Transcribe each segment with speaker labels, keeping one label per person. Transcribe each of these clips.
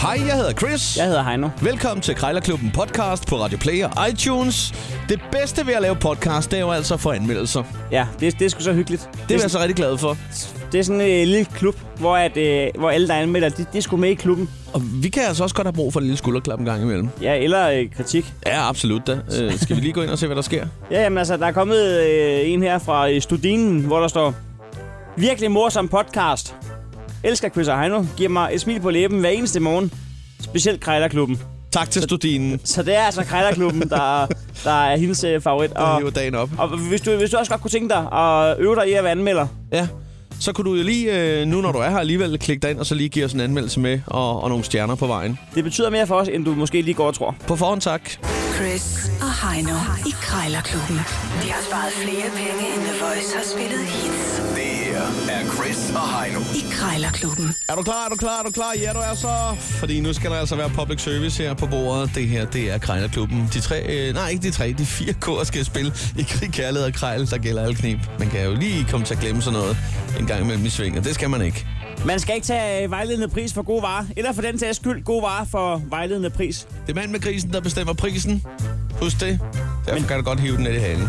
Speaker 1: Hej, jeg hedder Chris.
Speaker 2: Jeg hedder Heino.
Speaker 1: Velkommen til Krejlerklubben podcast på Radio Play og iTunes. Det bedste ved at lave podcast, det er jo altså for anmeldelser.
Speaker 2: Ja, det, det er sgu så hyggeligt.
Speaker 1: Det er
Speaker 2: det,
Speaker 1: jeg så rigtig glad for.
Speaker 2: sådan, det er sådan øh, en lille klub, hvor, at, øh, hvor alle, der anmelder, de, de er sgu med i klubben.
Speaker 1: Og vi kan altså også godt have brug for en lille skulderklap en gang imellem.
Speaker 2: Ja, eller øh, kritik.
Speaker 1: Ja, absolut da. Øh, skal vi lige gå ind og se, hvad der sker?
Speaker 2: Ja, jamen altså, der er kommet øh, en her fra øh, Studinen, hvor der står... Virkelig morsom podcast. Elsker Chris og Heino. Giver mig et smil på læben hver eneste morgen. Specielt Krejlerklubben.
Speaker 1: Tak til studinen,
Speaker 2: Så det er altså Krejlerklubben, der, der er hendes øh, favorit.
Speaker 1: der
Speaker 2: Og,
Speaker 1: hiver dagen op.
Speaker 2: og hvis, du, hvis du også godt kunne tænke dig at øve dig i at være anmelder,
Speaker 1: Ja, så kunne du jo lige, øh, nu når du er her alligevel, klikke dig ind og så lige give os en anmeldelse med og, og nogle stjerner på vejen.
Speaker 2: det betyder mere for os, end du måske lige går og tror.
Speaker 1: På forhånd tak.
Speaker 3: Chris og Heino i Krejlerklubben. De har sparet flere penge, end The Voice har spillet hits
Speaker 4: Det her er Chris og Heino.
Speaker 3: i Krejlerklubben.
Speaker 1: Er du klar, er du klar, er du klar? Ja, du er så. Fordi nu skal der altså være public service her på bordet. Det her, det er Krejlerklubben. De tre, øh, nej ikke de tre, de fire kår skal spille i krig, kærlighed og krejl, der gælder alle knep. Man kan jo lige komme til at glemme sådan noget en gang imellem i svinget. Det skal man ikke.
Speaker 2: Man skal ikke tage øh, vejledende pris for gode varer, eller for den sags skyld gode varer for vejledende pris.
Speaker 1: Det er mand med grisen, der bestemmer prisen. Husk det. Derfor Men... kan du godt hive den ned i halen.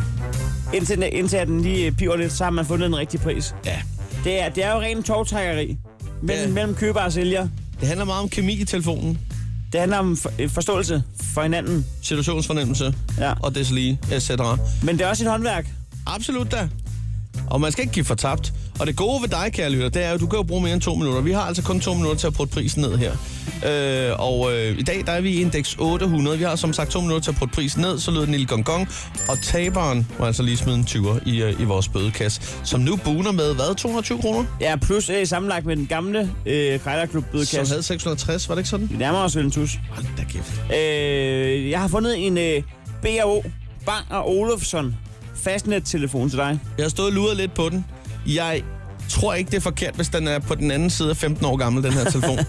Speaker 2: Indtil, den- indtil at den lige øh, piver lidt, så har man fundet den rigtige pris.
Speaker 1: Ja.
Speaker 2: Det er, det er jo ren tovtrækkeri mellem,
Speaker 1: Ja.
Speaker 2: ja. mellem køber og sælger.
Speaker 1: Det handler meget om kemi i telefonen.
Speaker 2: Det handler om for, øh, forståelse for hinanden,
Speaker 1: Situationsfornemmelse
Speaker 2: Ja.
Speaker 1: og deslige, etc.
Speaker 2: men det er også et håndværk.
Speaker 1: Absolut da. Og man skal ikke give for tabt. Og det gode ved dig, kære lytter, det er jo, at du kan jo bruge mere end to minutter. Vi har altså kun to minutter til at putte prisen ned her. Øh, og øh, i dag, der er vi i indeks 800. Vi har som sagt to minutter til at putte prisen ned, så lød den lille gong gong. Og taberen må altså lige smide en 20'er i, øh, i vores bødekasse, som nu buner med, hvad, 220 kroner?
Speaker 2: Ja, plus øh, sammenlagt med den gamle øh,
Speaker 1: Som
Speaker 2: Krejlerklub-bødekasse.
Speaker 1: havde 660, var det ikke sådan?
Speaker 2: Vi nærmer os vel en tus.
Speaker 1: Hold da kæft.
Speaker 2: Øh, jeg har fundet en øh, B&O Bang og Olufsen fastnet-telefon til dig.
Speaker 1: Jeg har stået og luret lidt på den. Jeg tror ikke, det er forkert, hvis den er på den anden side af 15 år gammel, den her telefon. øh,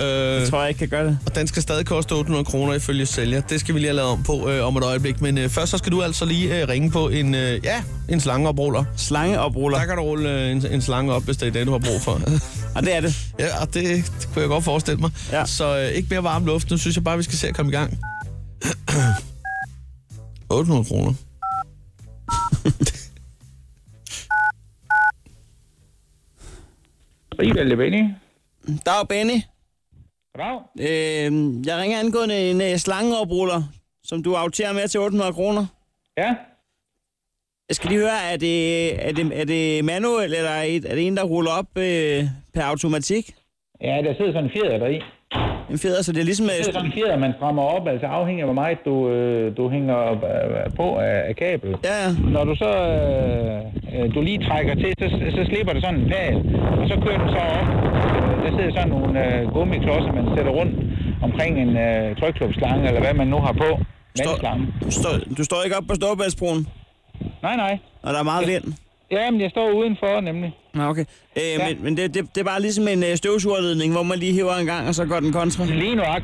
Speaker 2: Jeg tror, jeg ikke kan gøre det.
Speaker 1: Og den skal stadig koste 800 kroner ifølge sælger. Det skal vi lige have lavet om på øh, om et øjeblik. Men øh, først så skal du altså lige øh, ringe på en, øh, ja, en slangeopruller.
Speaker 2: Slangeopruller.
Speaker 1: Der kan du rulle øh, en, en slange op, hvis det er det, du har brug for.
Speaker 2: Og det er det.
Speaker 1: ja, og det, det kunne jeg godt forestille mig.
Speaker 2: Ja.
Speaker 1: Så øh, ikke mere varm luft. Nu synes jeg bare, vi skal se at komme i gang. 800 kroner.
Speaker 5: Ida Leveni.
Speaker 2: Der er Benny.
Speaker 5: Goddag.
Speaker 2: Øh, jeg ringer angående en øh, slangeopruller, som du aftager med til 800 kroner.
Speaker 5: Ja,
Speaker 2: Jeg skal lige høre, er det, er det, er det manuel, eller er det er det en, der ruller op øh, per automatik?
Speaker 5: ja der sidder sådan en fjeder deri.
Speaker 2: En fjeder, så det er ligesom...
Speaker 5: Der sidder
Speaker 2: Øh,
Speaker 5: sådan en fjeder, man strammer op, altså afhængig af, hvor meget du, øh, du hænger op, øh, på af, af kabel.
Speaker 2: ja, ja.
Speaker 5: Når du så øh, øh, du lige trækker til, så, så slipper det sådan en pal, og så kører du så op. Øh, Der sidder sådan nogle øh, gummiklodser, man sætter rundt omkring en øh, trykklubslange, eller hvad man nu har på. Vandslange.
Speaker 2: Står, står, du står ikke op på Storebæltsbroen,
Speaker 5: Nej, nej.
Speaker 2: og der er meget vind.
Speaker 5: Jamen, jeg står udenfor nemlig.
Speaker 2: Nå, okay. Øh, ja. Men, men det, det, det er bare ligesom en øh, støvsugerledning, hvor man lige hiver en gang, og så går den kontra.
Speaker 5: Lige nu, ja.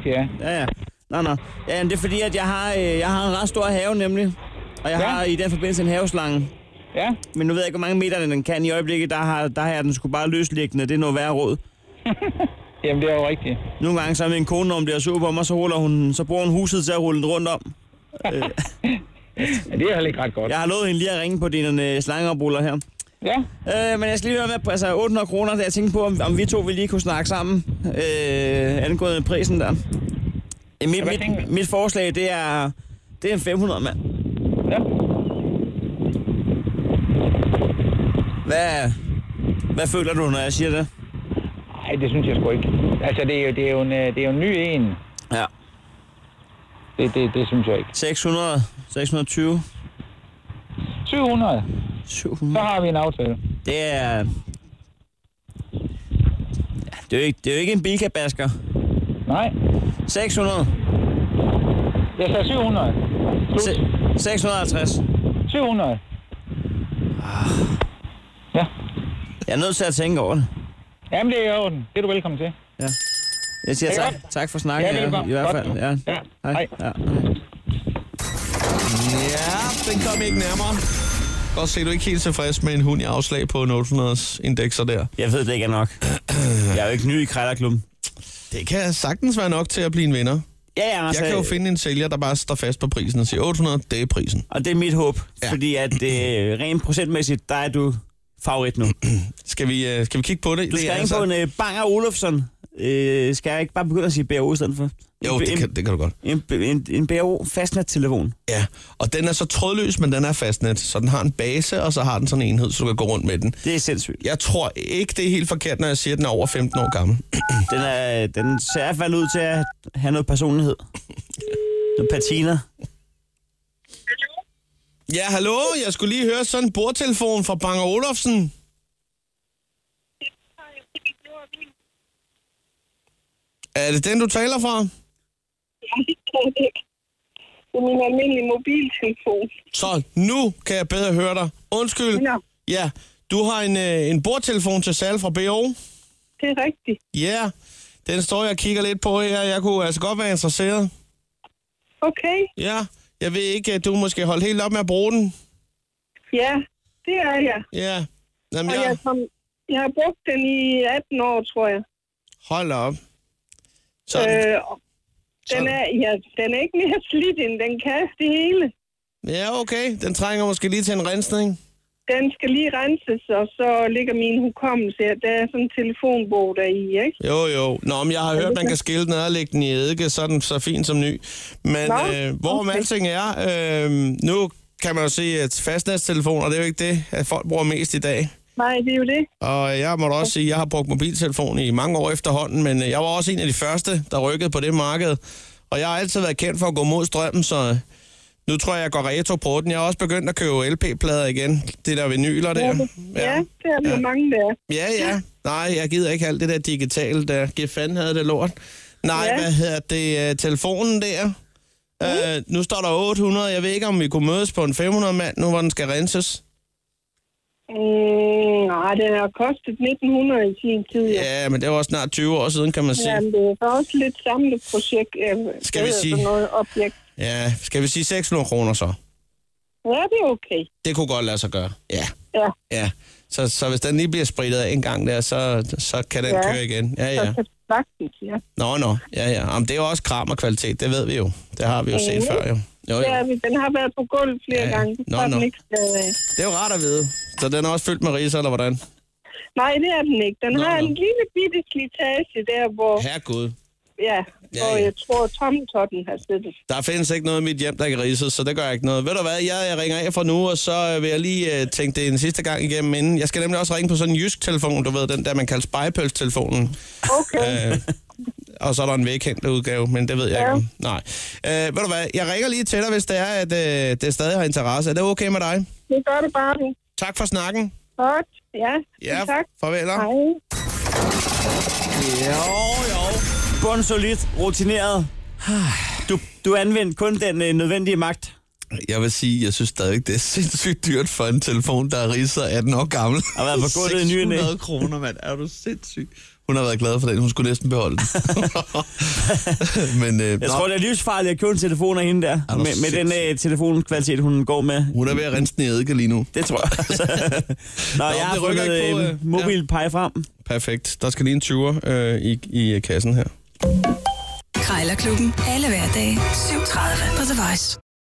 Speaker 2: Ja, ja. Nå, nå. Ja, men det er fordi, at jeg har, øh, jeg har en ret stor have, nemlig. Og jeg ja.
Speaker 5: Ja.
Speaker 2: har i den forbindelse en haveslange.
Speaker 5: Ja,
Speaker 2: Men nu ved jeg ikke, hvor mange meter den kan i øjeblikket. Der har, der har jeg den sgu bare løsliggende. Det er noget værre råd.
Speaker 5: jamen det er jo rigtigt.
Speaker 2: Nogle gange så er min kone, når hun bliver sur på mig, så, ruller hun, den- så bruger hun huset til at rulle den rundt om.
Speaker 5: Ja, det er heller ikke ret godt.
Speaker 2: Jeg har lovet hende lige at ringe på dine øh, slangeopruller her.
Speaker 5: ja.
Speaker 2: Øh, men jeg skal lige høre med, altså 800 kroner, der jeg tænkte på, om, om vi to ville lige kunne snakke sammen øh, angående prisen der. Øh, Mit,
Speaker 5: hvad tænker
Speaker 2: mit,
Speaker 5: du?
Speaker 2: mit forslag, det er, det er en 500 mand.
Speaker 5: ja.
Speaker 2: Hvad, hvad føler du, når jeg siger det?
Speaker 5: Nej, det synes jeg sgu ikke. Altså, det er jo, det er jo, en, øh, det er jo en ny en.
Speaker 2: Ja.
Speaker 5: Det, det, det synes jeg ikke.
Speaker 2: 600, 620,
Speaker 5: 700, så
Speaker 2: 700.
Speaker 5: har vi en aftale.
Speaker 2: Det er... Ja, det, er jo ikke, det er jo ikke en bilkabasker.
Speaker 5: Nej,
Speaker 2: 600.
Speaker 5: jeg sagde 700.
Speaker 2: Se,
Speaker 5: Slut.
Speaker 2: 650.
Speaker 5: 700.
Speaker 2: Ah.
Speaker 5: Ja,
Speaker 2: Jeg er nødt til at tænke over det.
Speaker 5: jamen det er i orden. Det er du velkommen til.
Speaker 2: Jeg siger
Speaker 5: Ja.
Speaker 2: tak, tak for snakken.
Speaker 5: Ja, velkommen.
Speaker 2: i hvert fald.
Speaker 5: Godt.
Speaker 2: Ja.
Speaker 5: Ja,
Speaker 2: Hej.
Speaker 5: hej.
Speaker 2: Ja.
Speaker 1: Ja, den kom ikke nærmere. Godt se, du er ikke helt tilfreds med en hund i afslag på en 800 indekser der.
Speaker 2: Jeg ved det ikke er nok. Jeg er jo ikke ny i Krejlerklubben.
Speaker 1: Det kan sagtens være nok til at blive en vinder.
Speaker 2: Ja, ja, altså,
Speaker 1: Jeg kan jo finde en sælger, der bare står fast på prisen og siger 800, det er prisen.
Speaker 2: Og det er mit håb,
Speaker 1: Ja.
Speaker 2: ja. fordi at øh, rent procentmæssigt, der er du favorit nu.
Speaker 1: Skal vi, øh, skal vi kigge på det?
Speaker 2: Du
Speaker 1: det
Speaker 2: skal
Speaker 1: er altså-
Speaker 2: ringe på en øh, Banger Olofsson. Øh, skal jeg ikke bare begynde at sige BRO i stedet for?
Speaker 1: Jo,
Speaker 2: en,
Speaker 1: det kan,
Speaker 2: en,
Speaker 1: det kan du godt.
Speaker 2: en, en, en BRO fastnettelefon.
Speaker 1: Ja, og den er så trådløs, men den er fastnet, så den har en base, og så har den sådan en enhed, så du kan gå rundt med den.
Speaker 2: Det er sindssygt.
Speaker 1: Jeg tror ikke, det er helt forkert, når jeg siger, at den er over 15 år gammel.
Speaker 2: Den, er, den ser i hvert fald ud til at have noget personlighed. Noget patina.
Speaker 1: Ja, hallo, jeg skulle lige høre sådan en bordtelefon fra Bang Olufsen. Er det den, du taler fra?
Speaker 6: Det er min almindelige mobiltelefon.
Speaker 1: Så nu kan jeg bedre høre dig. Undskyld.
Speaker 6: Nå.
Speaker 1: Ja, du har en, øh, en bordtelefon til salg fra BO.
Speaker 6: Det er rigtigt.
Speaker 1: Ja, yeah. den står jeg og kigger lidt på her. Jeg kunne altså godt være interesseret.
Speaker 6: Okay,
Speaker 1: Ja, jeg ved ikke, at du måske holdt helt op med at bruge den.
Speaker 6: ja, det er jeg.
Speaker 1: Ja, Jamen,
Speaker 6: Og jeg,
Speaker 1: jeg...
Speaker 6: kom, jeg har brugt den i 18 år, tror jeg.
Speaker 1: hold da op. Sådan.
Speaker 6: Øh, og den, er, ja, den er ikke mere slidt, end den kan det hele.
Speaker 1: Ja, okay. Den trænger måske lige til en rensning.
Speaker 6: Den skal lige renses, og så ligger min hukommelse her. Der er sådan en telefonbog der i, ikke?
Speaker 1: Jo, jo. Nå, men jeg har hørt, man kan skille den ad og lægge den i eddike, så er den så fin som ny. Men
Speaker 6: Nå,
Speaker 1: øh, hvorom
Speaker 6: okay.
Speaker 1: alting er, øh, nu kan man jo se, at fastnæststelefoner, det er jo ikke det, at folk bruger mest i dag.
Speaker 6: Nej, det er jo det.
Speaker 1: Og jeg må da også sige, at jeg har brugt mobiltelefon i mange år efterhånden, men øh, jeg var også en af de første, der rykkede på det marked. Og jeg har altid været kendt for at gå mod strømmen, så øh, nu tror jeg, jeg går retro på den. Jeg har også begyndt at købe LP-plader igen. Det der vinyler der.
Speaker 6: Ja, det er der mange, der er.
Speaker 1: Ja, ja. Nej, jeg gider ikke alt det der digitale, der giver fanden havde det lort. Nej, ja.
Speaker 6: Ja.
Speaker 1: hvad hedder det? øh, Telefonen der. Mm. Øh, nu står der 800. Jeg ved ikke, om vi kunne mødes på en 500-mand, nu hvor den skal renses.
Speaker 6: Mm, nej, den har kostet 1900 i sin tid. ja.
Speaker 1: Ja, men det var også snart 20 år siden, kan man sige.
Speaker 6: Ja, men det er også lidt samlet projekt. Øh,
Speaker 1: Skal vi
Speaker 6: det er
Speaker 1: sige-
Speaker 6: sådan Noget objekt.
Speaker 1: Ja, skal vi sige 600 kroner så?
Speaker 6: Ja, det er okay.
Speaker 1: Det kunne godt lade sig gøre. Ja,
Speaker 6: Ja,
Speaker 1: ja. Så, så hvis den lige bliver spritet af en gang der, så, så kan den ja.
Speaker 6: Ja.
Speaker 1: køre igen. Ja,
Speaker 6: så
Speaker 1: ja.
Speaker 6: kan det Altså, faktisk, ja.
Speaker 1: Nå, nå. Ja, ja. Jamen, det er jo også kram og kvalitet, det ved vi jo. Det har vi jo set
Speaker 6: Mhm.
Speaker 1: før, jo. Jo,
Speaker 6: Ja,
Speaker 1: jo.
Speaker 6: men den har været på gulvet flere
Speaker 1: Ja, ja.
Speaker 6: gange. Det
Speaker 1: Nå,
Speaker 6: har
Speaker 1: nå.
Speaker 6: Den ikke, øh,
Speaker 1: Det er jo rart at vide. Så den er også fyldt med riser, eller hvordan?
Speaker 6: nej, det er den ikke. Den
Speaker 1: Nå,
Speaker 6: har
Speaker 1: nå.
Speaker 6: en lille bitte slitage der, hvor,
Speaker 1: Herregud.
Speaker 6: ja, hvor
Speaker 1: ja.
Speaker 6: jeg tror, tommeltotten har siddet.
Speaker 1: Der findes ikke noget i mit hjem, der kan rises, så det gør ikke noget. Ved du hvad, jeg, jeg ringer af fra nu, og så øh, vil jeg lige øh, tænke det en sidste gang igennem inden. Jeg skal nemlig også ringe på sådan en jysk telefon, du ved, den der, man kalder spejpølstelefonen.
Speaker 6: Okay,
Speaker 1: Øh, og så er der en velkendt udgave, men det ved jeg ja.
Speaker 6: Ja.
Speaker 1: ikke. om. Nej. Øh, ved du hvad, jeg ringer lige til dig, hvis det er, at øh, det stadig har interesse. Er det okay med dig?
Speaker 6: det gør det bare nu.
Speaker 1: Tak for snakken.
Speaker 6: Godt, ja. Tak.
Speaker 1: farvel.
Speaker 6: Hej.
Speaker 2: Jo, jo. Bundsolidt, rutineret. Du, du anvendte kun den øh, nødvendige magt.
Speaker 1: Jeg vil sige, jeg synes stadig, det er sindssygt dyrt for en telefon, der er ridset 18 år gammel.
Speaker 2: Har været på gulvet i ny og næ.
Speaker 1: 600 kroner, mand. Er du sindssyg? Hun har været glad for den. Hun skulle næsten beholde den. Men øh,
Speaker 2: Jeg
Speaker 1: nå,
Speaker 2: tror, det er livsfarligt at købe en telefon af hende der.
Speaker 1: Er du
Speaker 2: Med, med den øh, telefonkvalitet, hun går med.
Speaker 1: hun er ved at rense den i eddike lige nu.
Speaker 2: Det tror jeg. Nå, jeg har
Speaker 1: det rykker
Speaker 2: fundet
Speaker 1: ikke på, øh,
Speaker 2: øh, mobilpege frem.
Speaker 1: Perfekt. Der skal lige en 20'er øh, i, i øh, kassen her.
Speaker 3: Krejlerklubben. Alle hverdage. 7.30 på The Voice.